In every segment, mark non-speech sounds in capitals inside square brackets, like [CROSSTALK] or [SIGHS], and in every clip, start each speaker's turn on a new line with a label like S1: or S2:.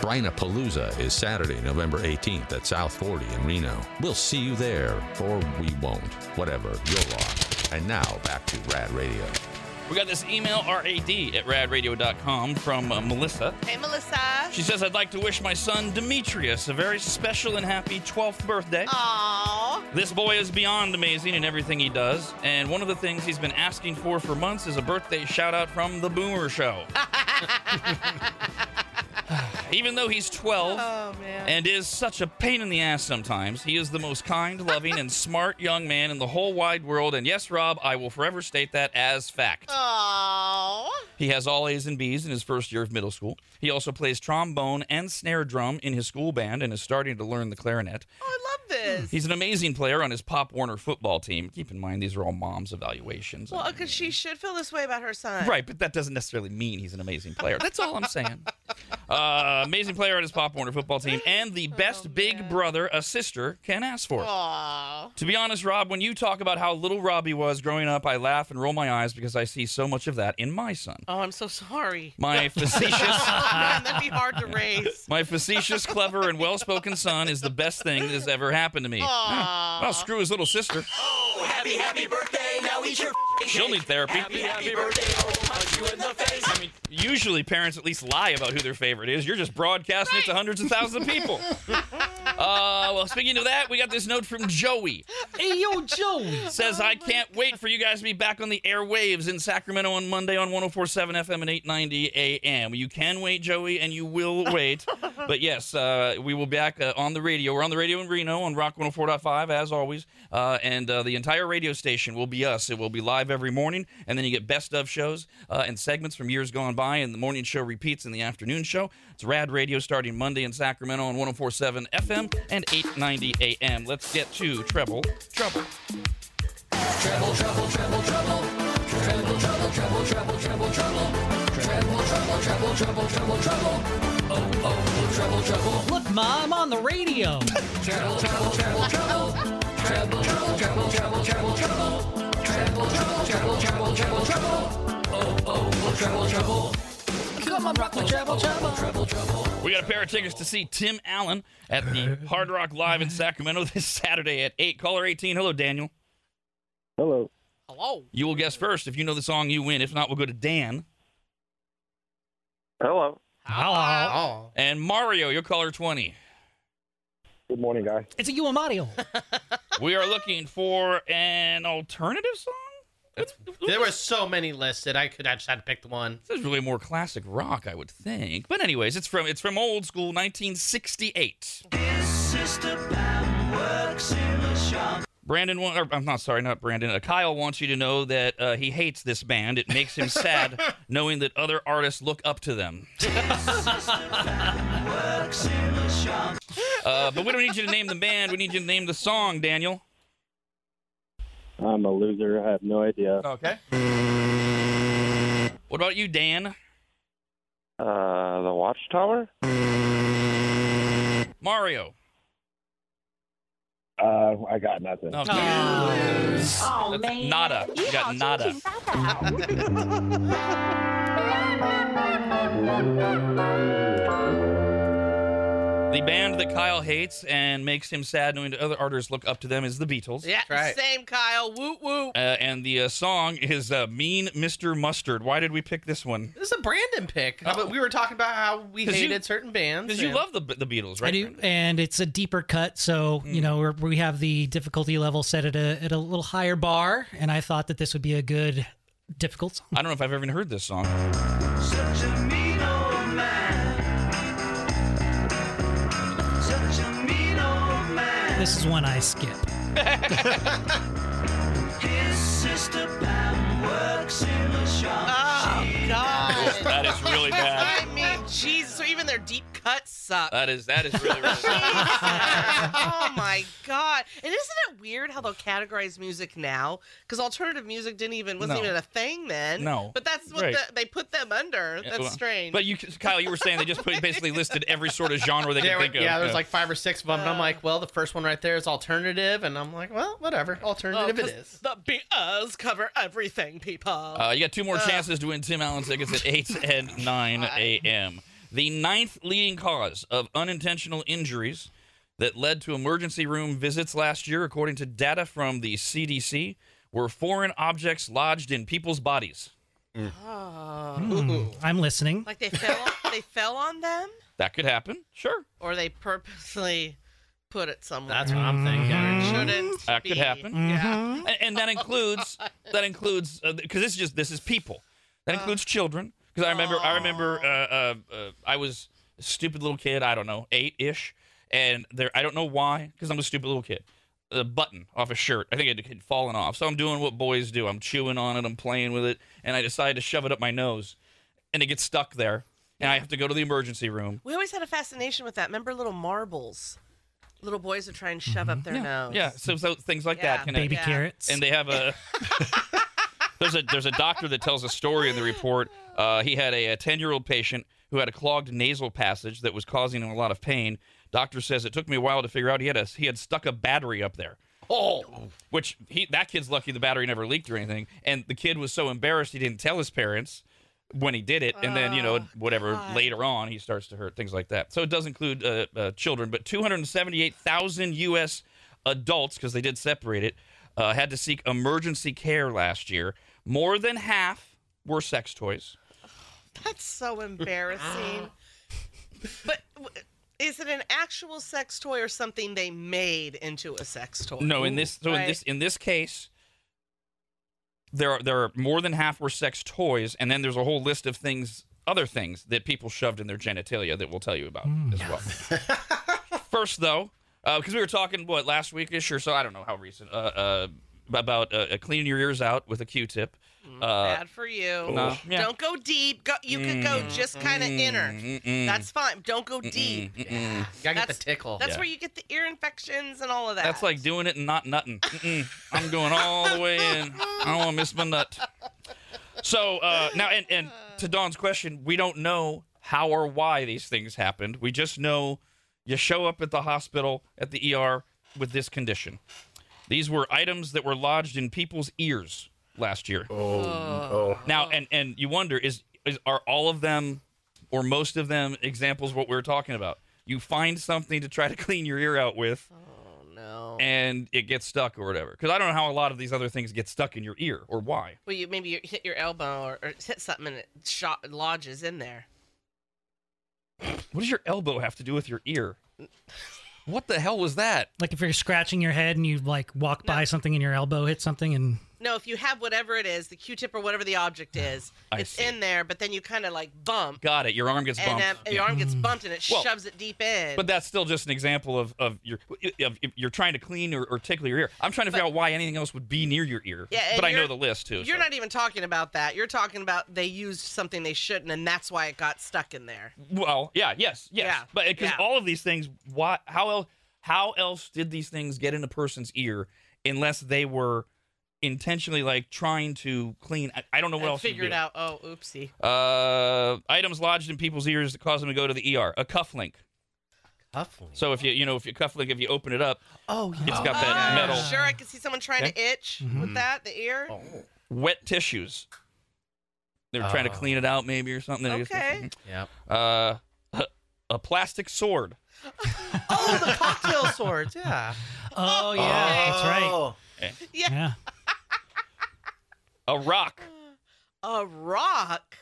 S1: Brinapalooza is Saturday, November 18th at South 40 in Reno. We'll see you there, or we won't. Whatever, you're on. And now back to Rad Radio.
S2: We got this email, rad at radradio.com, from uh, Melissa.
S3: Hey, Melissa.
S2: She says, I'd like to wish my son Demetrius a very special and happy 12th birthday.
S3: Aw.
S2: This boy is beyond amazing in everything he does, and one of the things he's been asking for for months is a birthday shout out from The Boomer Show. [LAUGHS] Even though he's 12
S3: Oh, man.
S2: and is such a pain in the ass sometimes, he is the most kind, loving, and smart young man in the whole wide world. And yes, Rob, I will forever state that as fact.
S3: Aw. Oh,
S2: He has all A's and B's in his first year of middle school. He also plays trombone and snare drum in his school band and is starting to learn the clarinet.
S3: Oh, I love this.
S2: He's an amazing player on his Pop Warner football team. Keep in mind, these are all mom's evaluations.
S3: Well, because she should feel this way about her son.
S2: Right, but that doesn't necessarily mean he's an amazing player. That's all I'm saying. [LAUGHS] Uh, amazing player on his Pop Warner football team and the best big brother a sister can ask for.
S3: Aw.
S2: To be honest, Rob, when you talk about how little Robbie was growing up, I laugh and roll my eyes because I see so much of that in my son.
S3: Oh, I'm so sorry.
S2: My facetious.
S3: Oh, [LAUGHS] man, that'd be hard
S2: [LAUGHS]
S3: to raise.
S2: My facetious, clever, and well spoken son is the best thing that has ever happened to me.
S3: Aw.
S2: Well, screw his little sister.
S4: Oh, happy, happy birthday. Now eat your f***ing
S2: She'll
S4: cake.
S2: need therapy.
S4: Happy, happy birthday. Oh, punch you in the face. I mean,
S2: Usually, parents at least lie about who their favorite is. You're just broadcasting it to hundreds of thousands of
S4: [LAUGHS]
S2: people. uh, well, speaking of that, we got this note from Joey.
S5: Hey, yo, Joey.
S2: Says, I can't wait for you guys to be back on the airwaves in Sacramento on Monday on 1047 FM and 890 AM. You can wait, Joey, and you will wait. but yes, uh, we will be back uh, on the radio. We're on the radio in Reno on Rock 104.5, as always. Uh, and uh, the entire radio station will be us. It will be live every morning. And then you get best of shows uh, and segments from years gone by. And the morning show repeats in the afternoon show. It's Rad Radio starting Monday in Sacramento on 1047 FM and 890 AM. Let's get to Treble Trouble.
S5: Look, Ma, I'm on the radio.
S2: We got a pair of tickets to see Tim Allen at the Hard Rock Live in Sacramento this Saturday at 8. Caller 18. Hello, Daniel.
S6: Hello.
S3: Hello. [LAUGHS]
S2: You will guess first. If you know the song, you win. If not, we'll go to Dan.
S6: Hello.
S5: Hello.
S7: Oh.
S2: And Mario, your caller 20.
S6: Good morning, guy.
S5: It's a you and Mario.
S2: We are looking for an alternative song?
S7: There were so many listed. I could I just had to pick the one.
S2: This is really more classic rock, I would think. But anyways, it's from it's from old school 1968. Brandon, wa- or, I'm not sorry, not Brandon. Uh, Kyle wants you to know that uh, he hates this band. It makes him sad knowing that other artists look up to them. uh, but we don't need you to name the band. We need you to name the song, Daniel.
S6: I'm a loser. I have no idea.
S2: Okay. What about you, Dan?
S6: Uh, the Watchtower?
S2: Mario.
S6: Uh, I got nothing.
S2: Okay. That's Nada. You got nada. The band that Kyle hates and makes him sad knowing that other artists look up to them is the Beatles.
S3: Yeah,
S7: right.
S3: same, Kyle. Woot woot.
S2: Uh, and the uh, song is uh, Mean Mr. Mustard. Why did we pick this one?
S7: This is a Brandon pick.
S2: Oh.
S7: But we were talking about how we
S2: 'Cause you-
S7: hated certain bands.
S2: Because you
S7: and-
S2: love the, the Beatles, right?
S5: I do, and it's a deeper cut, so you know we're, we have the difficulty level set at a at a little higher bar, and I thought that this would be a good difficult song.
S2: I don't know if I've ever even heard this song.
S5: This is one I skip.
S3: Oh, God.
S2: [LAUGHS] That is
S5: [LAUGHS]
S2: really bad.
S3: I mean, Jesus. So even their deep cuts suck.
S2: That is that is really really bad. [LAUGHS]
S3: oh my god! And isn't it weird how they'll categorize music now? Because alternative music didn't even wasn't
S2: No.
S3: even a thing then.
S2: No.
S3: but that's what
S2: Right.
S3: the, they put them under. That's
S2: Well,
S3: strange.
S2: But you, Kyle, you were saying they just put, basically listed every sort of genre they
S7: There
S2: could
S7: were,
S2: think of.
S7: yeah, there's like five or six of them. and I'm like, well, the first one right there is alternative, and I'm like, well, whatever,
S3: Oh,
S7: alternative
S3: 'cause
S7: it is.
S3: The Beatles cover everything, people.
S2: Uh, you got two more chances to win Tim Allen tickets at 8 and 9 a.m. the ninth leading cause of unintentional injuries that led to emergency room visits last year, according to data from the CDC, were foreign objects lodged in people's bodies.
S3: Oh.
S5: Hmm, I'm listening.
S3: Like they fell they fell on them
S2: That could happen, sure.
S3: or they purposely put it somewhere.
S7: That's what I'm
S3: where it
S7: thinking.
S3: shouldn't
S2: hmm. That could
S3: be.
S2: happen. Mm-hmm.
S3: Yeah.
S5: Mhm.
S2: and, and that includes that includes because this is just this is people that includes children because I remember I remember uh, uh, uh, I was a stupid little kid I don't know eight ish and there I don't know why because I'm a stupid little kid the button off a shirt I think it had fallen off so I'm doing what boys do I'm chewing on it I'm playing with it and I decide to shove it up my nose and it gets stuck there and I have to go to the emergency room
S3: We always had a fascination with that. Remember little marbles? Little boys would try and shove up their nose.
S2: Mm-hmm. yeah so, so things like
S3: Oh, Yeah.
S2: that can
S5: Baby
S3: Yeah.
S5: carrots.
S2: and they have a there's a there's a doctor that tells a story in the report. Uh, he had a 10 year old patient who had a clogged nasal passage that was causing him a lot of pain. Doctor says it took me a while to figure out he had a he had stuck a battery up there. Oh, which he that kid's lucky the battery never leaked or anything. And the kid was so embarrassed he didn't tell his parents when he did it. And then you know whatever later on he starts to hurt things like that. So it does include uh, uh, children, but 278,000 U.S. adults because they did separate it uh, had to seek emergency care last year. More than half were sex toys.
S3: That's so [LAUGHS] embarrassing. but w- is it an actual sex toy or something they made into a sex toy?
S2: No, in this so in this in this case, there are, there are more than half were sex toys, and then there's a whole list of things, other things that people shoved in their genitalia that we'll tell you about as well. First, though, because we were talking what last weekish or so, I don't know how recent, uh, uh, about uh, uh, cleaning your ears out with a Q-tip.
S3: Hmm.
S2: Uh,
S3: Bad for you.
S2: No. Yeah.
S3: Don't go deep. Go, you could go just kind of inner.
S2: mm-mm.
S3: That's fine. Don't go deep.
S2: mm-mm.
S7: Gotta get the
S3: That's-
S7: tickle.
S3: That's
S2: Yeah.
S3: where you get the ear infections and all of that.
S2: That's like doing it and not nutting. Mm-mm. I'm going all the way in. I don't want to miss my nut. So uh, now, and, and to Dawn's question, we don't know how or why these things happened. We just know you show up at the hospital at the ER with this condition. These were items that were lodged in people's ears last year.
S8: Oh, oh.
S2: Now, and and you wonder is, is are all of them or most of them examples of what we were talking about? You find something to try to [LAUGHS] clean your ear out with
S3: Oh, no.
S2: and it gets stuck or whatever. Because I don't know how a lot of these other things get stuck in your ear or why.
S3: Well, you maybe you hit your elbow or, or hit something and it shot, lodges in there.
S2: What does your elbow have to do with your ear? What the hell was that?
S5: like if you're scratching your head and you like walk by something and your elbow hit something and
S3: No, if you have whatever it is, the Q-tip or whatever the object is,
S2: [SIGHS] I
S3: it's
S2: see.
S3: in there, but then you kind of like bump,
S2: Got it. Your arm gets
S3: and
S2: bumped. Yeah.
S3: then your arm gets bumped and it
S2: Well,
S3: shoves it deep in.
S2: But that's still just an example of of your of if you're trying to clean or, or tickle your ear. I'm trying to figure out why anything else would be near your ear.
S3: Yeah, and
S2: but I know
S3: you're-
S2: the list too.
S3: You're
S2: so-
S3: not even talking about that. You're talking about they used something they shouldn't, and that's why it got stuck in there.
S2: Well, yeah, yes, yes.
S3: Yeah,
S2: But because
S3: yeah.
S2: all of these things, why? How else? How else did these things get in a person's ear unless they were intentionally like trying to clean? I, I don't know what
S3: and
S2: else. you
S3: figured
S2: do.
S3: out, oh, oopsie.
S2: Uh, items lodged in people's ears that cause them to go to the ER. A cufflink.
S7: Cufflinks.
S2: So if you you know if your cufflink if you open it up,
S7: Oh, yeah.
S2: it's got that
S3: Oh,
S2: metal. Mm-hmm. Oh.
S3: Sure, I can see someone trying to itch with that, the ear.
S2: Wet tissues. They were trying to
S7: Oh.
S2: clean it out maybe or something. They just- [LAUGHS]
S3: Okay.
S7: Yep.
S2: Uh, a- a plastic sword.
S7: Oh, the cocktail swords. Yeah.
S5: oh yeah, [LAUGHS] that's right.
S8: Oh.
S5: Yeah,
S2: A rock.
S3: A rock.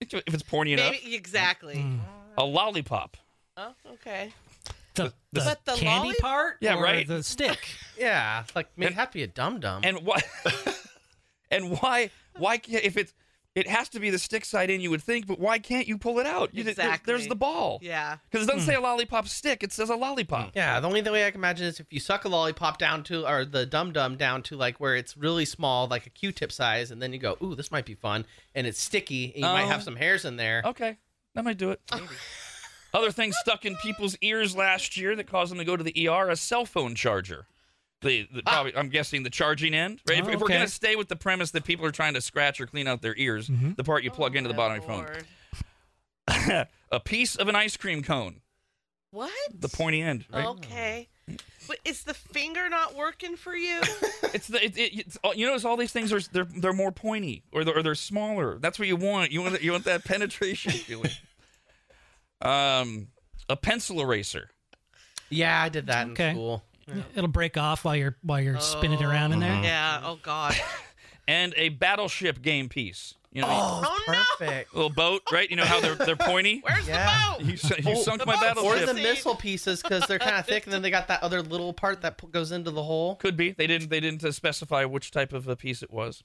S2: If it's pointy enough.
S3: Maybe exactly.
S2: Mm-hmm. A lollipop.
S3: Oh, okay.
S5: the, the,
S3: But the
S5: candy
S3: lolli-
S5: part,
S2: Yeah,
S5: or
S2: right.
S5: The stick.
S7: Yeah. it's Like, make
S2: And-
S7: happy a dum dum.
S2: And why? [LAUGHS] and why? Why can't if it's it has to be the stick side in you would think, but why can't you pull it out? You, there- There's
S3: Exactly.
S2: the ball.
S3: Yeah.
S2: Because it doesn't say a lollipop stick. It says a lollipop.
S7: Hmm. Yeah, the only way I can imagine is if you suck a lollipop down to, or the dum dum down to like where it's really small, like a Q tip size, and then you go, ooh, this might be fun, and it's sticky, and you might
S2: Oh.
S7: have some hairs in there.
S2: Okay, that might do it. [LAUGHS] Other things stuck in people's ears last year that caused them to go to the ER: a cell phone charger. The, the probably I'm guessing the charging end. Right? if,
S5: Oh,
S2: if we're
S5: okay.
S2: gonna stay with the premise that people are trying to scratch or clean out their ears,
S5: Mm-hmm.
S2: the part you plug into the bottom of your
S3: Oh, Lord.
S2: phone, [LAUGHS] a piece of an ice cream cone,
S3: What?
S2: the pointy end. Right?
S3: Okay. But is the finger not working
S2: [LAUGHS]
S3: for you?
S2: It's the it, it, it's, all- you notice all these things are they're they're more [LAUGHS] pointy or they're, or they're smaller. That's what you want. You want you want that penetration feeling. Um, a pencil eraser.
S7: Yeah, I did that in
S5: Okay.
S7: school.
S5: It'll break off while you're while you're spinning it around in there.
S3: Yeah. Oh God.
S2: and a battleship game piece. You know, a
S3: Oh,
S7: Perfect.
S2: little boat, right? You know how they're they're
S7: [LAUGHS]
S2: pointy.
S3: Where's
S7: Yeah.
S3: the boat?
S2: You, su- you
S7: Oh,
S2: sunk
S3: the
S2: my
S3: boat's
S7: [LAUGHS] Or
S2: battleship.
S7: the
S3: Seed.
S7: missile pieces because they're kind of thick, and then they got that other little part that p- goes into the hole.
S2: Could be they didn't they didn't uh, specify which type of a piece it
S7: [LAUGHS]
S2: was.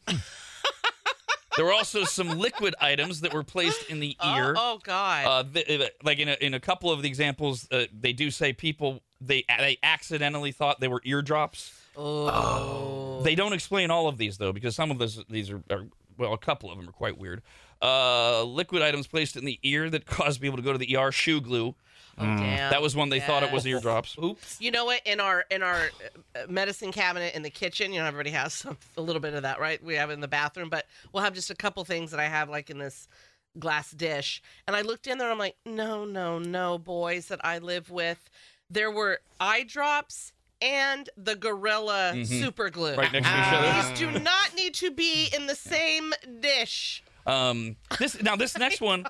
S2: there were also some liquid items that were placed in the ear.
S3: Oh, oh God.
S2: Uh, th- uh, like in a, in a couple of the examples, uh, they do say people they they accidentally thought they were eardrops.
S7: Oh.
S2: They don't explain all of these though, because some of those these are, are well, a couple of them are quite weird. Uh, liquid items placed in the ear that caused people to go to the ER. Shoe glue.
S3: oh, damn.
S2: mm. That was when they thought it was
S3: Yes.
S2: eardrops.
S7: Oops.
S3: You know what? In our in our uh, medicine cabinet in the kitchen, you know, everybody has [LAUGHS] some, a little bit of that, right? We have it in the bathroom, but we'll have just a couple things that I have like in this glass dish. And I looked in there, I'm like, no, no, no, boys that I live with, there were eye drops and the gorilla
S2: Mhm.
S3: super glue.
S2: Right next to each other.
S3: These do not need to be in the same dish.
S2: Um, this now this next one,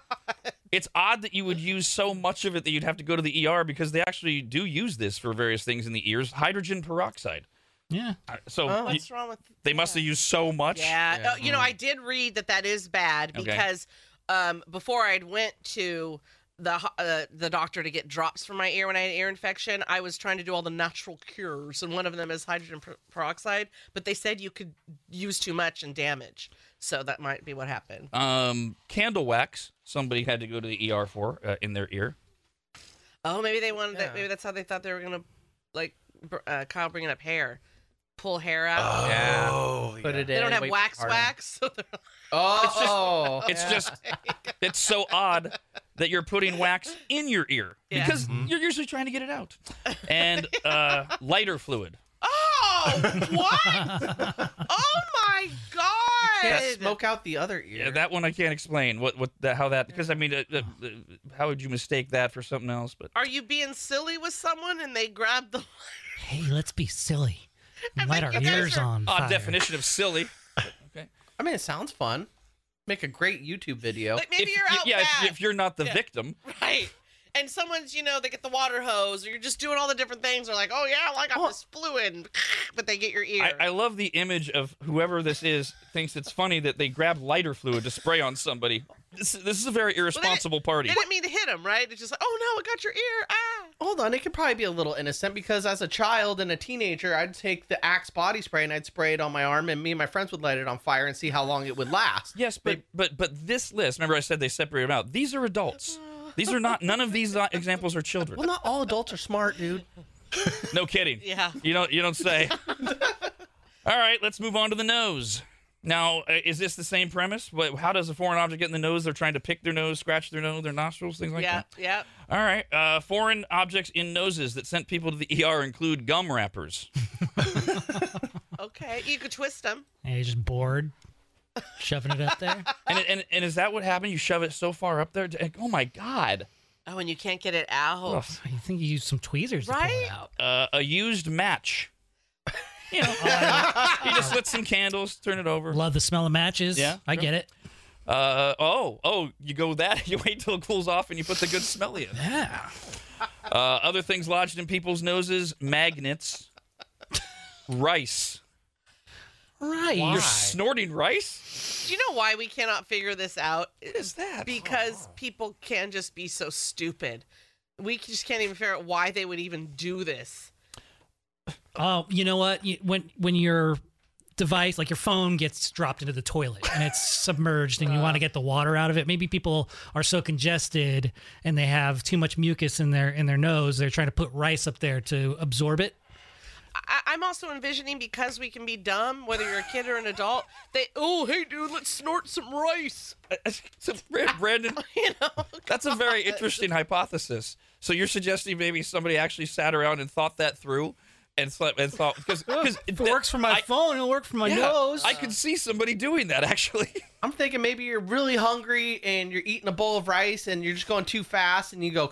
S2: it's odd that you would use so much of it that you'd have to go to the ER because they actually do use this for various things in the ears. Hydrogen peroxide.
S5: Yeah.
S2: Uh, So
S7: Oh.
S2: you-
S3: What's wrong with?
S2: they must have used so much.
S3: Yeah.
S7: Yeah.
S3: Oh, you know, I did read that that is bad
S2: Okay.
S3: because um, before I'd went to the ho- uh, the doctor to get drops for my ear when I had an ear infection, I was trying to do all the natural cures, and one of them is hydrogen per- peroxide. But they said you could use too much and damage, so that might be what happened.
S2: Um, candle wax. Somebody had to go to the ER for uh, in their ear.
S3: Oh, maybe they wanted
S7: Yeah.
S3: that. Maybe that's how they thought they were gonna like br- uh, Kyle bringing up hair, pull hair out.
S6: Oh,
S7: Yeah. Put it in.
S3: They don't have
S7: wait for
S3: wax
S7: harden.
S3: wax. [LAUGHS] So they're
S7: Oh.
S2: It's just-
S7: oh.
S2: It's just it's so odd that you're putting wax in your ear
S3: Yeah.
S2: because you're usually trying to get it out. And uh, lighter fluid.
S3: oh, what? oh my god!
S7: Just smoke out the other ear.
S2: Yeah, that one I can't explain. What what the, how that? Because I mean, uh, uh, uh, how would you mistake that for something else? But
S3: Are you being silly with someone and they grab the? [LAUGHS]
S5: Hey, let's be silly. [LAUGHS]
S3: I
S5: Light
S3: think
S5: our
S3: you guys
S5: ears
S3: are-
S5: on
S2: odd
S5: fire.
S2: definition of silly.
S7: I mean, it sounds fun. Make a great YouTube video.
S3: Like maybe
S2: if,
S3: you're
S2: y-
S3: out
S2: yeah,
S3: back,
S2: If, if you're not the
S3: Yeah.
S2: victim,
S3: right? And someone's, you know, they get the water hose, or you're just doing all the different things. They're like, oh yeah, well, I got this fluid, [LAUGHS] but they get your ear.
S2: I, I love the image of whoever this is thinks it's funny that they grab lighter fluid to spray on somebody. This, this is a very irresponsible party.
S3: they didn't mean to hit him, right? It's just like, oh no, it got your ear. Ah.
S7: Hold on, it could probably be a little innocent because as a child and a teenager, I'd take the Axe body spray and I'd spray it on my arm, and me and my friends would light it on fire and see how long it would last.
S2: Yes, but but but this list. Remember, I said they separated them out. These are adults. These are not. None of these [LAUGHS] uh, examples are children.
S7: Well, not all adults are smart, dude.
S2: No kidding.
S3: Yeah.
S2: You don't. You don't say. [LAUGHS] All right, let's move on to the nose. Now, uh, is this the same premise? What, how does a foreign object get in the nose? They're trying to pick their nose, scratch their nose, their nostrils, things like
S3: yeah,
S2: that.
S3: yeah.
S2: All right. Uh, foreign objects in noses that sent people to the [LAUGHS] ER include gum wrappers.
S3: Okay, you could twist them.
S5: Yeah, you're just bored, shoving it up [LAUGHS] there.
S2: And, and, and is that what happened? You shove it so far up there? to- like, oh my God.
S3: Oh, and you can't get it out.
S2: Ugh.
S5: You think you use some tweezers to pull
S3: Right?
S5: it out?
S2: Uh, a used
S5: [LAUGHS]
S2: match. You know,
S5: uh,
S2: [LAUGHS] you just lit some candles, turn it over.
S5: Love the smell of matches.
S2: Yeah,
S5: I get it.
S2: Uh, oh, oh, you go with that. [LAUGHS] You wait till it cools off and you put the good smelly in.
S5: Yeah.
S2: Uh, other things lodged in people's noses: magnets, [LAUGHS] rice.
S5: Right.
S2: You're snorting rice.
S3: Do you know why we cannot figure this out?
S2: What is that?
S3: because people can just be so stupid. We just can't even figure out why they would even do this.
S5: Oh, you know what? You- When when your device, like your phone, gets dropped into the toilet and [LAUGHS] it's submerged, and you want to get the water out of it, maybe people are so congested and they have too much mucus in their in their nose. They're trying to put rice up there to absorb [LAUGHS] it.
S3: I, I'm also envisioning because we can be dumb, whether you're a kid or an adult. They, oh hey dude, let's snort some rice. [LAUGHS]
S2: uh, So,
S5: [LAUGHS]
S2: Brand- Brandon,
S3: You know,
S2: that's a very interesting hypothesis. So you're suggesting maybe somebody actually sat around and thought that through, and thought and thought because
S5: [LAUGHS] If it works for my phone, it'll work for my
S2: yeah,
S5: nose.
S2: I could see somebody doing that actually. [LAUGHS]
S7: I'm thinking maybe you're really hungry and you're eating a [LAUGHS] bowl of rice and you're just going too fast and you go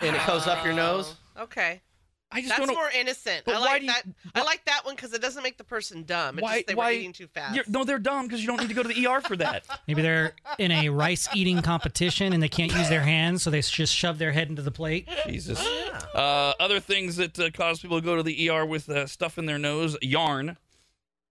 S7: and it goes up your nose.
S3: Oh. okay.
S2: I just
S3: That's
S2: don't know.
S3: more innocent.
S2: But
S3: I
S2: why
S3: like
S2: do you-
S3: that. I like that one because it doesn't make the person dumb. It's
S2: Why-
S3: just they
S2: why-
S3: were eating too
S2: [LAUGHS]
S3: fast.
S2: You're- no, they're dumb because you don't need to go to the ER for
S3: [LAUGHS]
S2: that.
S5: Maybe they're in a rice eating competition and they can't use their hands, so they just shove their head into the plate.
S2: Jesus. Uh, other things that uh, cause people to go to the ER with uh, stuff in their nose, yarn.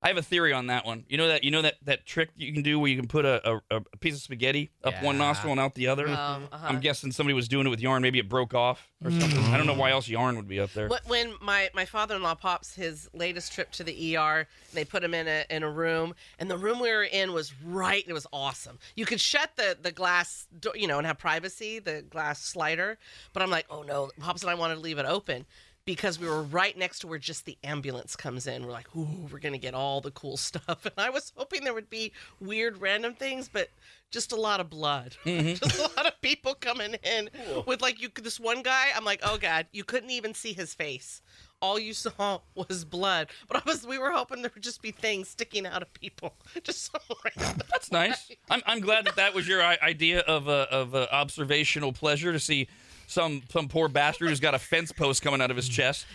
S2: I have a theory on that one. You know that you know that that trick you can do where you can put a, a, a piece of spaghetti up one
S7: Yeah.
S2: nostril and out the other.
S3: Um, uh-huh. Hmm.
S2: I'm guessing somebody was doing it with yarn. Maybe it broke off or something. I don't know why else yarn would be up there.
S3: What, when my, my father in law pops his latest trip to the ER, and they put him in a in a room, and the room we were in was right. It was awesome. You could shut the the glass, door, you know, and have privacy, the glass slider. But I'm like, oh no, pops and I wanted to leave it open because we were right next to where just the ambulance comes in. We're like, ooh, we're gonna get all the cool [LAUGHS] stuff. And I was hoping there would be weird random things, but just a lot of blood. [LAUGHS] just a lot of people coming in with like you. This one guy, I'm like, oh god, you couldn't even see his face. All you saw [LAUGHS] was blood. But I was, we were hoping there would just be things sticking out of people. [LAUGHS] Just so random.
S2: That's nice. [LAUGHS] I'm, I'm glad that that was your i- idea of uh, of uh, observational pleasure to see some some poor bastard who's got a fence post coming out of his chest.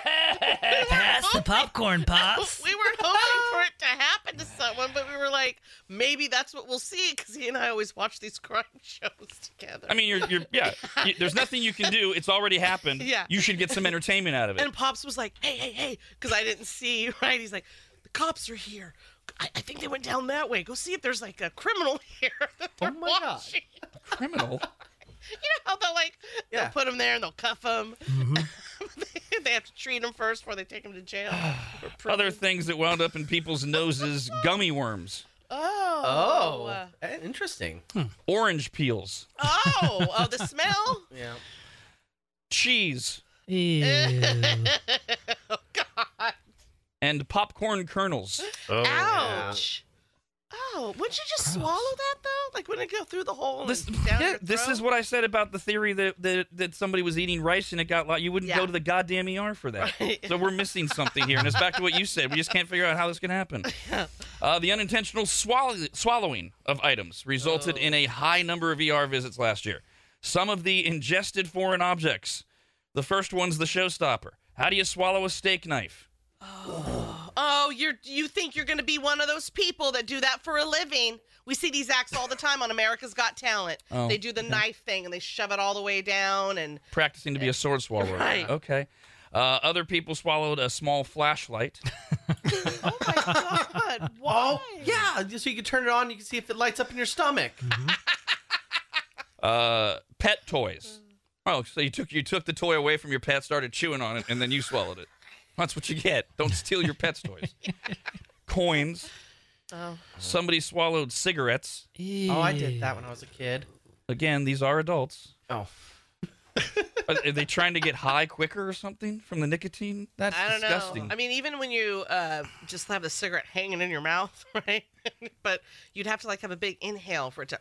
S5: Pass the popcorn, pops.
S3: we were hoping for it to happen to someone, but we were like, maybe that's what we'll see because he and I always watch these crime [LAUGHS] shows together.
S2: I mean, you're you're yeah. You, there's nothing you can do. It's already happened.
S3: Yeah.
S2: You should get some entertainment out of it.
S3: And Pops was like, hey, hey, hey, because I didn't see, [LAUGHS] right? He's like, the cops are here. I, I think they went down that way. Go see if there's like a criminal [LAUGHS] here.
S2: Oh
S3: that they're
S7: my God.
S3: watching."
S2: Criminal.
S3: [LAUGHS] You know how they'll like,
S7: Yeah.
S3: they'll put them there and they'll cuff them. [LAUGHS]
S5: Mm-hmm.
S3: they have to treat them first before they take them
S2: [SIGHS]
S3: to jail. or
S2: Other
S3: prison.
S2: things that wound up in people's noses: gummy worms,
S3: Oh.
S7: Oh,
S3: uh,
S7: eh, interesting.
S2: orange peels,
S3: Oh, oh, the
S2: [LAUGHS]
S3: smell.
S7: Yeah.
S2: cheese,
S5: Ew.
S3: oh, God.
S2: and popcorn kernels.
S8: Oh,
S3: Ouch. Oh, wouldn't you just swallow that though? Like wouldn't it go through the hole
S2: This,
S3: and down
S2: yeah,
S3: your
S2: this
S3: throat?
S2: is what I said about the theory that, that that somebody was eating rice and it got loud. You wouldn't go
S3: Yeah.
S2: to the goddamn ER for
S3: [LAUGHS]
S2: that.
S3: Right.
S2: So we're missing something here, and it's back to what you said. We just can't figure out how this can
S3: [LAUGHS]
S2: happen. Uh, the unintentional swallow- swallowing of items resulted in
S3: Oh.
S2: a high number of ER visits last year. Some of the ingested foreign objects. The first one's the showstopper. How do you swallow a steak knife?
S3: Oh, you're you think you're gonna be one of those people that do that for a living? We see these acts all the time on America's Got Talent.
S2: Oh,
S3: they do the knife thing and they shove it all the way down and
S2: Practicing to be a sword swallower.
S3: [LAUGHS] Right.
S2: Okay. Uh, other people swallowed a small flashlight.
S3: oh
S2: [LAUGHS]
S3: my
S2: Oh,
S3: god, why?
S7: Yeah, just so you can turn it on, you can see if it lights up in your stomach.
S2: Uh, pet
S3: Mm.
S2: toys. Oh, so you took you took the toy away from your pet, started chewing on it, and then you swallowed it. That's what you get. Don't steal your pet's
S3: [LAUGHS]
S2: toys. Coins.
S3: Oh.
S2: Somebody swallowed cigarettes.
S7: Oh, I did that when I was a kid.
S2: Again, these are adults.
S7: Oh,
S2: Are, are they trying to get high quicker or something from the nicotine? That's
S3: I don't
S2: disgusting.
S3: know. I mean, even when you uh, just have the cigarette hanging in your mouth, [LAUGHS] right? but you'd have to like have a big inhale for it to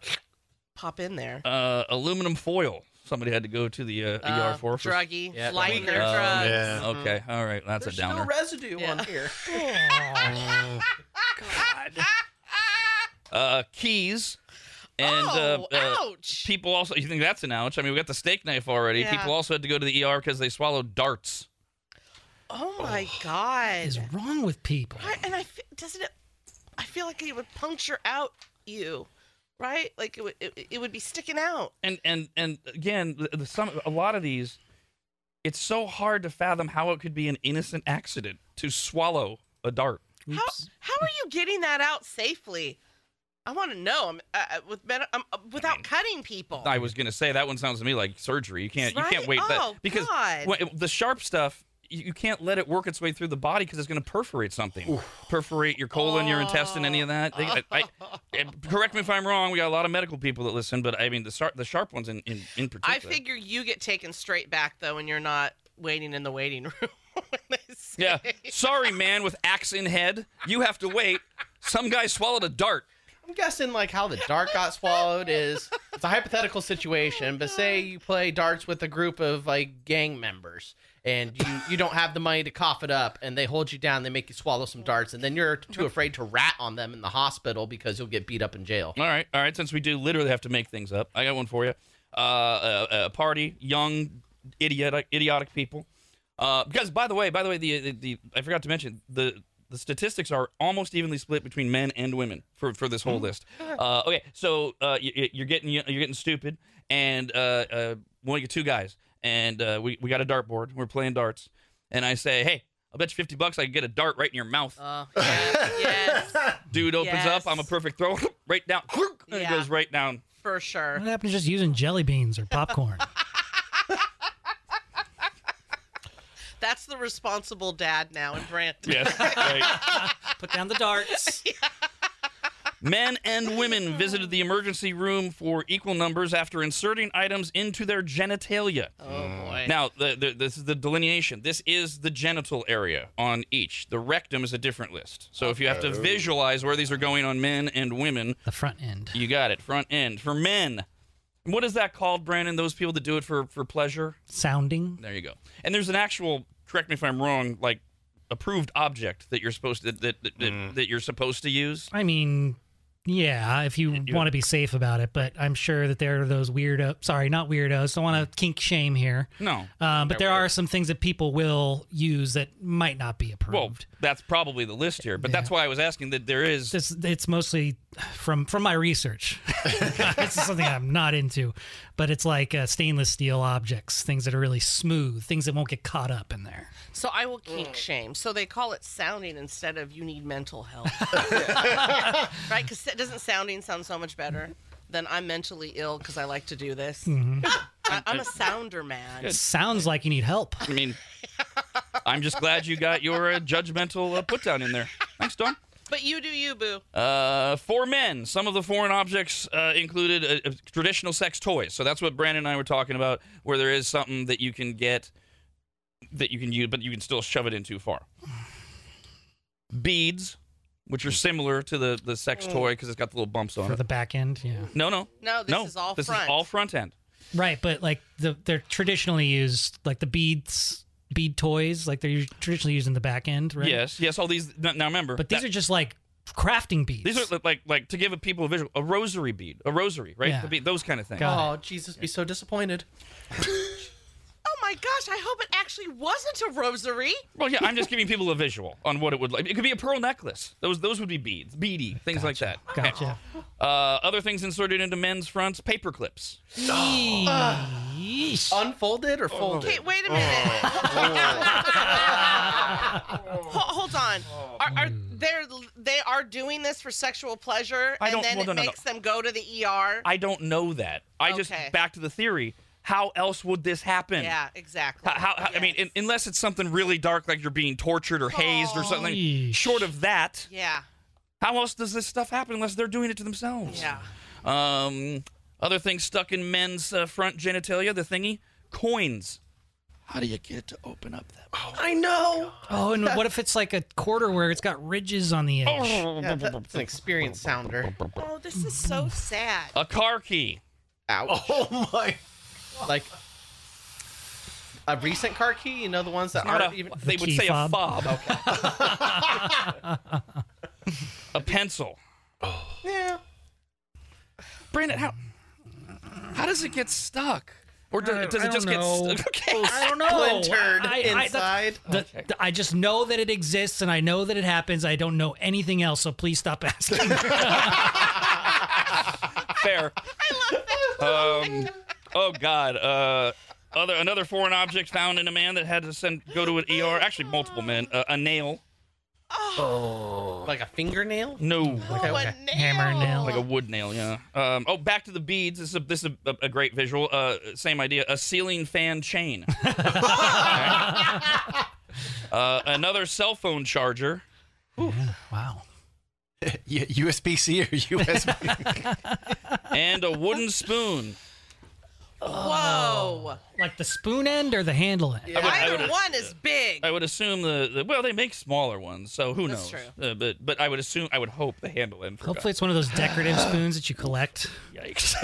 S3: pop in there.
S2: uh, aluminum foil. Somebody had to go to the uh, ER for for-
S3: druggy,
S7: Yeah,
S3: lighter
S7: weaker.
S3: drugs.
S2: Oh,
S8: yeah.
S2: Okay, all right, that's
S7: there's
S2: a downer.
S7: still residue
S3: Yeah. [LAUGHS]
S7: on
S2: [LAUGHS]
S7: here.
S2: uh, keys and
S3: oh,
S2: uh, uh,
S3: ouch!
S2: people also. You think that's an ouch? I mean, we got the steak knife already.
S3: Yeah.
S2: People also had to go to the ER because they swallowed darts.
S3: oh my
S5: What is
S3: god!
S5: wrong with people?
S3: I- and I fe- doesn't it? I feel like it would puncture out you, right? Like it would, it, it would be sticking out.
S2: and and and again, the, the, some a lot of these, it's so hard to fathom how it could be an innocent accident to swallow a dart.
S3: How how are you getting that out safely? I want to know. I'm uh, uh, with better, um, uh, without cutting people.
S2: I was gonna say that one sounds to me like surgery. You can't you can't
S3: Right?
S2: wait
S3: Oh,
S2: that because
S3: God.
S2: when- the sharp stuff. You you can't let it work its way through the body because it's going to perforate something, perforate your colon, your intestine, any of that. They, I, I, and correct me if I'm wrong. We got a lot of medical people that listen, but I mean the sharp, the sharp ones in in, in particular.
S3: I figure you get taken straight back though, and you're not waiting in the waiting [LAUGHS] room. when they say-
S2: Yeah. Sorry, man, with axe in head, you have to wait. Some guy swallowed a dart.
S7: I'm guessing like how the dart got swallowed is it's a hypothetical situation, but say you play darts with a group of like gang members and you, you don't have the money to cough it up and they hold you down, they make you swallow some darts, and then you're too afraid to rat on them in the hospital because you'll get beat up in jail.
S2: All right, all right. Since we do literally have to make things up, I got one for you. Uh, a, a uh, party, young idiotic, idiotic people. Uh, because by the way, by the way, the, the, the I forgot to mention the the statistics are almost evenly split between men and women for, for this
S3: Mm-hmm.
S2: whole list. Uh, okay, so uh, you, you're getting you're getting stupid, and uh, uh, one of two guys, and uh, we we got a dartboard. We're playing darts, and I say, hey. I'll bet you 50 bucks I can get a dart right in your mouth.
S7: Uh,
S3: Oh,
S2: [LAUGHS]
S3: yes,
S2: Dude opens
S3: yes.
S2: up. I'm a perfect thrower. [LAUGHS] right down. And it
S3: Yeah.
S2: goes right down.
S3: for sure.
S5: What happened to just using jelly beans or popcorn?
S3: That's the responsible dad now in Brant.
S2: Yes. Right.
S5: Put down the darts.
S2: Men and women visited the emergency room for equal numbers after inserting items into their genitalia.
S3: Oh boy.
S2: Now, the, the, this is the delineation. This is the genital area on each. The rectum is a different list. So if you have to visualize where these are going on men and women,
S5: The front end.
S2: you got it. Front end for men. What is that called, Brandon? Those people that do it for for pleasure.
S5: Sounding.
S2: There you go. And there's an actual. Correct me if I'm wrong. Like approved object that you're supposed to that that, that, that you're supposed to use.
S5: I mean, yeah, if you want to be safe about it, but I'm sure that there are those weirdo. Sorry, not weirdos. Don't want to kink shame here.
S2: No.
S5: Um, but there are some things that people will use that might not be approved.
S2: Well, that's probably the list here, but that's why I was asking that there is.
S5: This, it's mostly from from my research. [LAUGHS] this is something I'm not into, but it's like uh, stainless steel objects, things that are really smooth, things that won't get caught up in there.
S3: So I will kink shame. So they call it sounding instead of you need mental health. right? Because doesn't sounding sound so much better than I'm mentally ill because I like to do this?
S2: Mm-hmm.
S3: I, I'm a sounder man.
S5: It sounds like you need help.
S2: I mean, I'm just glad you got your uh, judgmental uh, put down in there. Thanks, Don.
S3: But you do you, boo.
S2: Uh, for men, some of the foreign objects uh, included uh, uh, traditional sex toys. So that's what Brandon and I were talking about, where there is something that you can get that you can use, but you can still shove it in too far. Beads, which are similar to the, the sex toy because it's got the little bumps on
S5: For
S2: it.
S5: the back end, yeah.
S2: No, no.
S3: Mm. No, this is all
S2: This is
S3: front.
S2: all front end.
S5: Right, but like the they're traditionally used like the beads bead toys, like they're us- traditionally used in the back end, right?
S2: Yes, yes. All these. Now now remember,
S5: But these
S2: that-
S5: are just like crafting beads.
S2: these are li- like like to give people a visual, a rosary bead, a rosary, right?
S5: Yeah.
S2: The bead, those kind of things.
S5: Got
S7: Oh, Jesus, be so disappointed.
S3: Oh my gosh, I hope it actually wasn't a rosary.
S2: Well, yeah, I'm just giving people a visual on what it would like. It could be a pearl necklace. Those those would be beads, beady things like that. Okay.
S5: gotcha.
S2: Uh, other things inserted into men's fronts: paper clips.
S5: Yeesh.
S7: Unfolded or folded?
S3: Okay, wait a minute. [LAUGHS] Ho- hold on. Are, are they're, they are doing this for sexual pleasure,
S2: I don't-
S3: and then
S2: well,
S3: it
S2: no, no, no.
S3: makes them go to the ER.
S2: I don't know that. I just
S3: Okay.
S2: back to the theory. How else would this happen?
S3: yeah, exactly.
S2: How, how, how- I mean,
S3: Yes.
S2: un- unless it's something really dark, like you're being tortured or hazed or something.
S5: Yeesh.
S2: oh, Short of that,
S3: yeah,
S2: how else does this stuff happen unless they're doing it to themselves?
S3: yeah.
S2: Um, other things stuck in men's uh, front genitalia, the thingy, coins. How do you get to open up that?
S7: I know.
S5: Oh, and what if it's like a quarter where it's got ridges on the
S2: Oh.
S5: edge?
S7: Yeah, that's an experienced sounder.
S3: Oh, this is so sad.
S2: A car key.
S7: Ouch.
S8: Oh my!
S7: Like a recent car key, you know, the ones that
S2: Not
S7: aren't
S2: a-
S7: even.
S2: they would
S5: key
S2: say
S5: fob.
S2: a fob. Okay. [LAUGHS] a pencil.
S7: Yeah.
S2: Brandon, how how does it get stuck? Or do,
S5: I don't-
S2: does
S5: I
S2: it
S5: don't
S2: just
S5: know.
S2: get stuck? [LAUGHS] Okay.
S5: I don't know.
S7: Splintered
S5: I- I- that's-
S7: inside.
S5: the- the- I just know that it exists and I know that it happens. I don't know anything else, so please stop asking. [LAUGHS]
S2: Fair. [LAUGHS] I love that. Um, oh God. Uh, other another foreign object found in a man that had to send go to an ER. Actually, multiple men. Uh, a nail.
S7: Like a fingernail?
S2: No.
S3: Oh,
S7: okay.
S3: a nail.
S5: Hammer, nail.
S2: like a wood nail, yeah. Um, oh, back to the beads. This is a, this is a, a great visual. Uh, same idea. A ceiling fan chain. uh, another cell phone charger.
S5: wow.
S8: U- USB C or USB?
S2: And a wooden spoon.
S3: Whoa.
S5: Like the spoon end or the handle end?
S2: I would, I
S3: Either
S2: would,
S3: one is big.
S2: I would assume the, the well they make smaller ones, so who
S3: That's
S2: knows? Uh, but but I would assume I would hope the handle end. forgot.
S5: Hopefully, it's one of those
S2: [SIGHS]
S5: decorative spoons that you collect.
S2: yikes.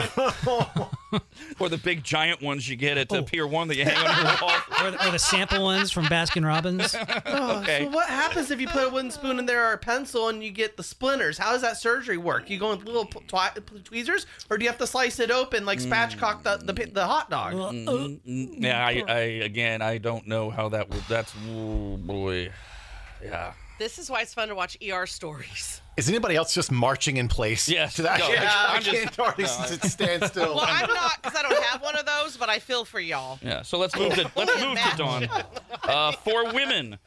S2: or the big giant ones you get at uh, Pier One that you hang on your wall.
S5: [LAUGHS] or the, or the sample ones from Baskin Robbins.
S2: Okay.
S7: So what happens if you put a wooden spoon in there or a pencil and you get the splinters? How does that surgery work? You go with little twi- tweezers, or do you have to slice it open like spatchcock the the, pi- the hot dog?
S5: Well,
S2: Mm, mm, yeah, I, I again, I don't know how that would. That's oh boy, yeah.
S3: This is why it's fun to watch ER stories.
S8: [LAUGHS] Is anybody else just marching in place?
S2: Yes.
S8: To that?
S2: No,
S8: I,
S2: yeah,
S8: [LAUGHS] I
S2: I'm just-
S8: can't hardly s- stand still.
S3: Well, I'm not because I don't have one of those, but I feel for y'all.
S2: Yeah, so let's move to let's move to Dawn. Uh, for women,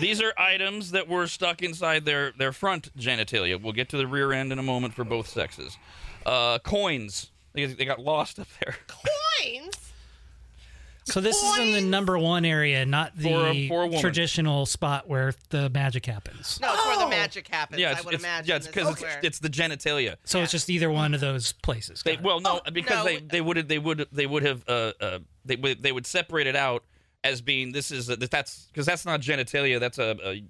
S2: these are items that were stuck inside their their front genitalia. We'll get to the rear end in a moment for both sexes. Uh, coins, they, they got lost up there.
S3: Coins.
S5: So this is in the number one area, not
S2: For
S5: the
S2: a- for a woman.
S5: traditional spot where the magic happens.
S3: No, it's where the magic happens.
S2: Yeah,
S3: Oh. I
S2: it's,
S3: would
S2: it's-
S3: imagine.
S2: yeah, it's
S3: this
S2: because
S3: is
S2: it's,
S3: where-
S2: it's the genitalia.
S5: So it's just either one of those places.
S2: They,
S5: Got it.
S2: well, no, because
S3: Oh, no.
S2: they they would they would they would have uh, uh they would they would separate it out as being this is that that's because that's not genitalia. That's a, a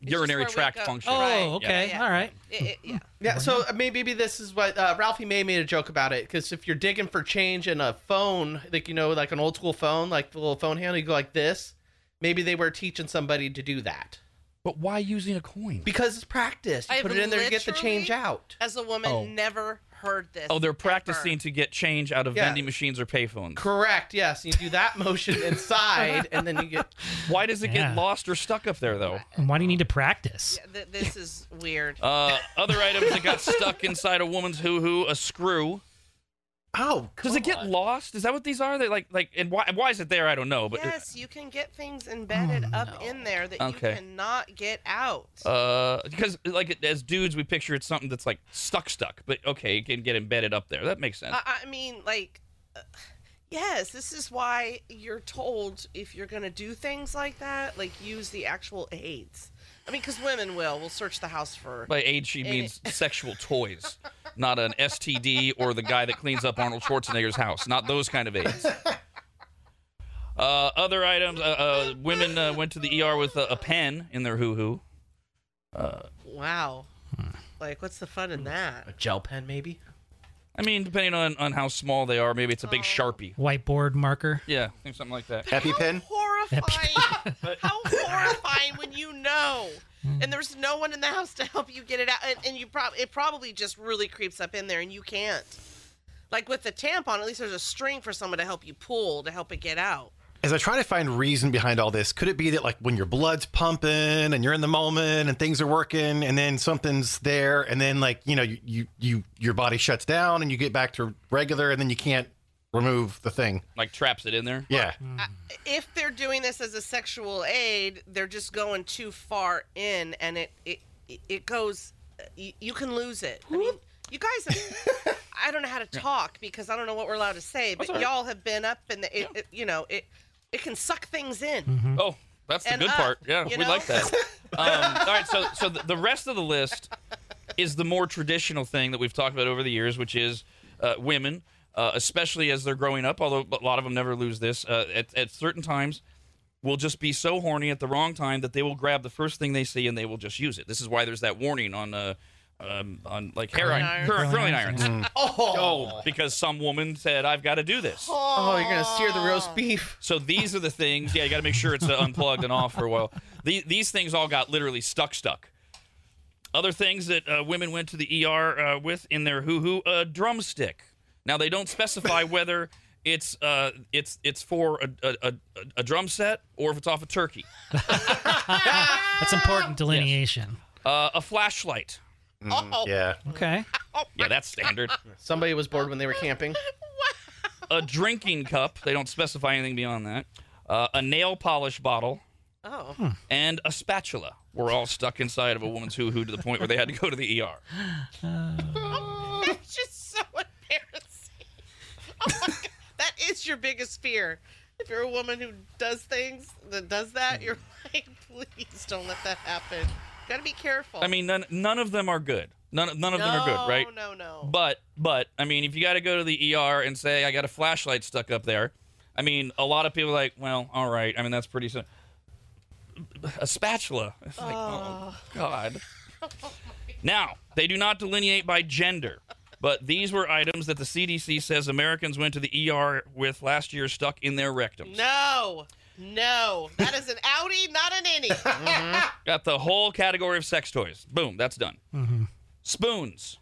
S2: urinary
S3: where we
S2: tract
S3: go-
S2: function.
S5: oh,
S3: right,
S5: okay,
S3: yeah.
S5: all right.
S3: It- it- yeah.
S7: Yeah, so uh, maybe maybe this is what uh, Ralphie May made a joke about it because if you're digging for change in a phone, like you know, like an old school phone, like the little phone handle, you go like this. Maybe they were teaching somebody to do that
S2: But why using a coin?
S7: because it's practice. You
S3: I've
S7: put it in there to get the change
S3: literally-
S7: out.
S3: As a woman, never heard this.
S2: Oh, they're
S3: ever.
S2: practicing to get change out of
S7: Yeah.
S2: vending machines or payphones.
S7: Correct. Yes, you do that motion inside, and then you get.
S2: Why does it
S5: Yeah.
S2: get lost or stuck up there though?
S5: And why do you need to practice?
S3: Th- this is weird.
S2: Uh, other items that got stuck inside a woman's hoo hoo, a screw.
S8: oh,
S2: Does it get lost? Is that what these are? They like like and why why is it there? I don't know. But
S3: yes, you can get things embedded up in there that
S2: Okay.
S3: you cannot get out.
S2: Uh, because like as dudes, we picture it's something that's like stuck, stuck. But okay, it can get embedded up there. That makes sense.
S3: I, I mean, like, uh, yes, this is why you're told if you're going to do things like that, like use the actual aids. I mean, because women will. We'll search the house for.
S2: By age, she means sexual toys, not an STD or the guy that cleans up Arnold Schwarzenegger's house. Not those kind of aids. Uh, other items: uh, uh, women uh, went to the ER with a, a pen in their hoo hoo.
S3: wow. Like, what's the fun in that?
S7: A [LAUGHS] gel pen, maybe.
S2: I mean, depending on, on how small they are, maybe it's a
S3: Oh.
S2: big sharpie.
S5: Whiteboard marker.
S2: Yeah, I think something like that.
S8: EpiPen?
S3: Horrifying. [LAUGHS] How horrifying when you know. And there's no one in the house to help you get it out, and, and you probably it probably just really creeps up in there, and you can't. Like with the tampon, at least there's a string for someone to help you pull to help it get out.
S8: As I try to find reason behind all this, could it be that like when your blood's pumping and you're in the moment and things are working and then something's there and then like, you know, you you, you your body shuts down and you get back to regular and then you can't remove the thing.
S2: Like traps it in there.
S8: Yeah.
S3: if they're doing this as a sexual aid, they're just going too far in, and it it it goes. You, you can lose it. I mean, you guys. Have, I don't know how to talk because I don't know what we're allowed to say. But y'all have been up, and the, it, it, you know it. It can suck things in.
S2: Oh, that's the
S3: And
S2: good
S3: up,
S2: part. Yeah, we
S3: you know?
S2: like
S3: [LAUGHS]
S2: that. Um, all right, so so the, the rest of the list is the more traditional thing that we've talked about over the years, which is uh, women, uh, especially as they're growing up. Although a lot of them never lose this. Uh, at, at certain times, will just be so horny at the wrong time that they will grab the first thing they see and they will just use it. This is why there's that warning on. Uh, um, on like hair
S3: Curling
S2: iron,
S3: irons.
S2: curling, irons,
S7: Oh,
S2: oh, because some woman said I've got to do this.
S7: oh, you're gonna sear the roast beef.
S2: So these are the things. Yeah, you got to make sure it's uh, unplugged and off for a while. The, these things all got literally stuck, stuck. Other things that uh, women went to the ER uh, with in their hoo hoo: a drumstick. Now they don't specify whether it's uh, it's it's for a, a, a, a drum set or if it's off a turkey.
S5: That's important delineation.
S2: Uh, a flashlight.
S3: Oh,
S8: Yeah.
S5: Okay.
S2: Yeah, that's standard.
S7: Somebody was bored when they were camping.
S2: a drinking cup. They don't specify anything beyond that. Uh, a nail polish bottle.
S3: oh.
S2: and a spatula were all stuck inside of a woman's hoo hoo to the point where they had to go to the ER.
S3: [LAUGHS] it's just so embarrassing. Oh my god, that is your biggest fear. If you're a woman who does things that does that, you're like, [LAUGHS] please don't let that happen. Gotta be careful.
S2: I mean, none, none of them are good. None, none of them are good, right?
S3: No, no, no.
S2: But, but, I mean, if you got to go to the ER and say, I got a flashlight stuck up there, I mean, a lot of people are like, well, all right. I mean, that's pretty. Sim- a spatula. It's like, oh,
S3: Ah. [LAUGHS]
S2: God.
S3: Oh,
S2: Now, they do not delineate by gender, but these were items that the CDC says Americans went to the ER with last year stuck in their rectums.
S3: no, no. That is an outie, not
S2: [LAUGHS]
S3: an innie. [LAUGHS]
S2: Got the
S5: Mm-hmm.
S2: whole category of sex toys. Boom, that's done. Spoons.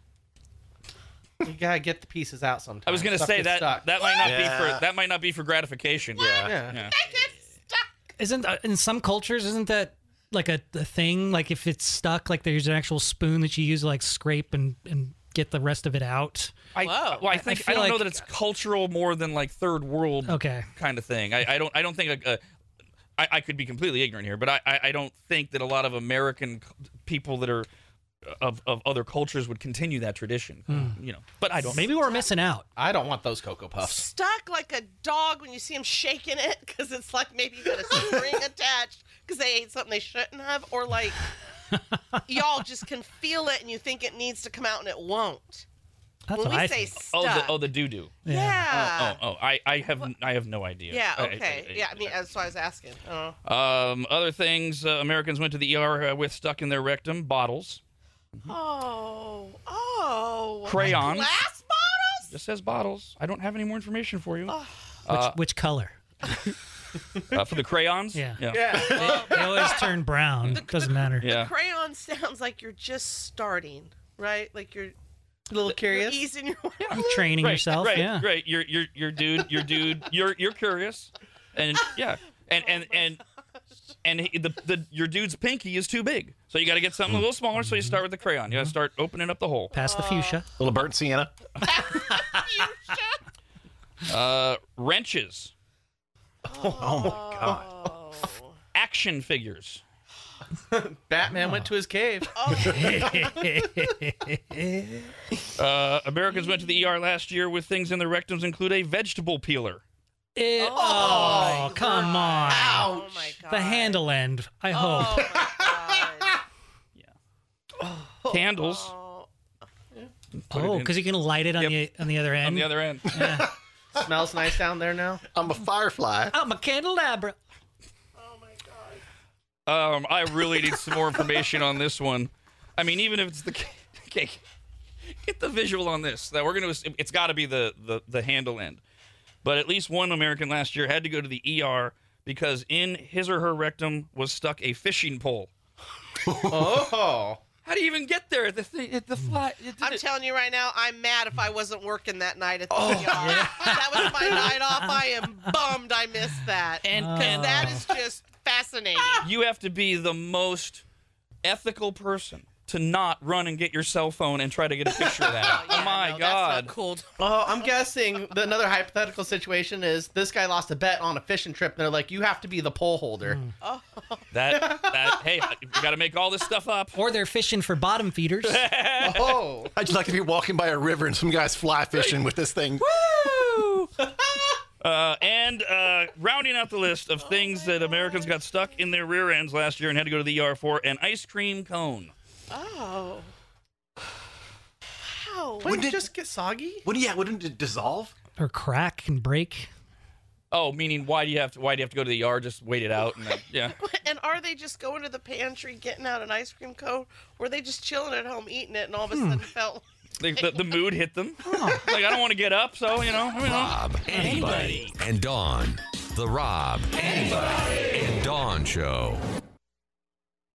S7: You gotta get the pieces out sometimes.
S2: I was gonna
S7: Stuff
S2: say
S7: gets
S2: that
S7: stuck.
S2: that might not be
S8: Yeah.
S2: for that might not be for gratification. Yeah.
S7: yeah.
S5: Isn't uh, in some cultures isn't that like a, a thing? Like if it's stuck, like there's an actual spoon that you use to like scrape and and get the rest of it out.
S2: I,
S3: Whoa.
S2: Well, I think I,
S5: feel
S2: don't know
S5: like-
S2: that it's cultural more than like third world
S5: Okay.
S2: kind of thing. I, I don't I don't think uh, I, I could be completely ignorant here, but I, I, I don't think that a lot of American c- people that are uh, of, of other cultures would continue that tradition. You know, but I don't.
S5: Hmm. Maybe we're missing out.
S7: I don't want those cocoa puffs.
S3: Stuck like a dog when you see him shaking it because it's like maybe you got a
S5: [LAUGHS]
S3: string attached because they ate something they shouldn't have, or like y'all just can feel it and you think it needs to come out and it won't.
S5: That's
S3: when we
S5: what I
S3: say
S5: think.
S3: stuck,
S2: oh the oh the doo doo.
S5: Yeah.
S3: yeah,
S2: oh, oh, I, I have I have no idea.
S3: yeah,
S2: I- I-
S3: okay,
S2: I-
S3: yeah. I mean, that's why I was asking. Oh.
S2: Um, other things uh, Americans went to the ER uh, with stuck in their rectum bottles,
S5: Mm-hmm.
S3: Oh, oh.
S2: crayons.
S3: Glass bottles?
S2: Just says bottles. I don't have any more information for you.
S5: Which,
S2: [LAUGHS]
S5: which color?
S2: Uh, for the crayons.
S5: Yeah.
S2: Yeah.
S5: They
S2: Oh,
S5: always turn brown. Doesn't matter.
S2: Yeah.
S3: Crayon sounds like you're just starting, right? Like you're,
S7: A little
S3: you're
S7: curious.
S3: easing your way.
S5: I'm training
S2: Right,
S5: yourself.
S2: Right.
S5: yeah.
S2: Right. You're you're you're dude. You're dude. You're you're curious, and yeah, and and and. And he, the, the your dude's pinky is too big, so you got to get something a little smaller. So you start with the crayon. You got to start opening up the hole.
S5: Past
S2: [LAUGHS]
S5: the fuchsia.
S8: little burnt sienna.
S2: Uh, wrenches,
S8: Oh my god.
S3: Oh.
S2: action figures,
S7: Batman went to his cave.
S2: Oh, Uh, Americans went to the ER last year with things in their rectums include a vegetable peeler.
S5: It- oh, come on.
S3: Oh my god.
S5: The handle end. I
S3: Oh
S5: hope.
S3: my god.
S2: Candles
S3: Oh.
S2: put it
S5: Oh,
S2: in.
S5: because you can light it on
S2: Yep.
S5: the on the other end.
S2: on the other end.
S7: Smells nice down there now.
S8: I'm a firefly.
S5: I'm a candelabra.
S2: Um, I really need some more information on this one. I mean, even if it's the ca- [LAUGHS] okay, get the visual on this. That we're gonna. It's got to be the, the the handle end. But at least one American last year had to go to the ER because in his or her rectum was stuck a fishing pole.
S7: Oh.
S2: How do you even get there? The thing, at the fly. It,
S3: Mm. I'm telling you right now, I'm mad if I wasn't working that night at the oh, That was my night off. I am bummed I missed that.
S2: and,
S8: Oh.
S2: Ah!
S3: And that is just fascinating.
S2: you have to be the most ethical person to not run and get your cell phone and try to get a picture
S3: [LAUGHS]
S2: of that.
S3: Yeah,
S2: oh my
S3: no,
S2: god.
S3: That's not cool.
S7: Oh, I'm guessing the, another hypothetical situation is this guy lost a bet on a fishing trip, and they're like, "You have to be the pole holder."
S2: That that hey, you got to make all this stuff up.
S5: Or they're fishing for bottom feeders.
S2: [LAUGHS]
S7: Oh,
S8: I'd just like to be walking by a river and some guy's fly fishing with this thing.
S2: Uh, and uh, rounding out the list of things that Americans got stuck in their rear ends last year and had to go to the ER for an ice cream cone.
S3: Oh. Wow.
S7: wouldn't it just get soggy?
S8: Wouldn't yeah? Wouldn't it dissolve?
S5: or crack and break.
S2: Oh, meaning why do you have to why do you have to go to the ER? Just wait it out and then, yeah.
S3: And are they just going to the pantry, getting out an ice cream cone? Were they just chilling at home, eating it, and all of a
S8: Hmm.
S3: sudden felt
S2: The, the, the mood hit them. Like I don't want to get up, so you know. you know.
S1: Rob. Anybody. And Dawn. The Rob. Anybody. And Dawn Show.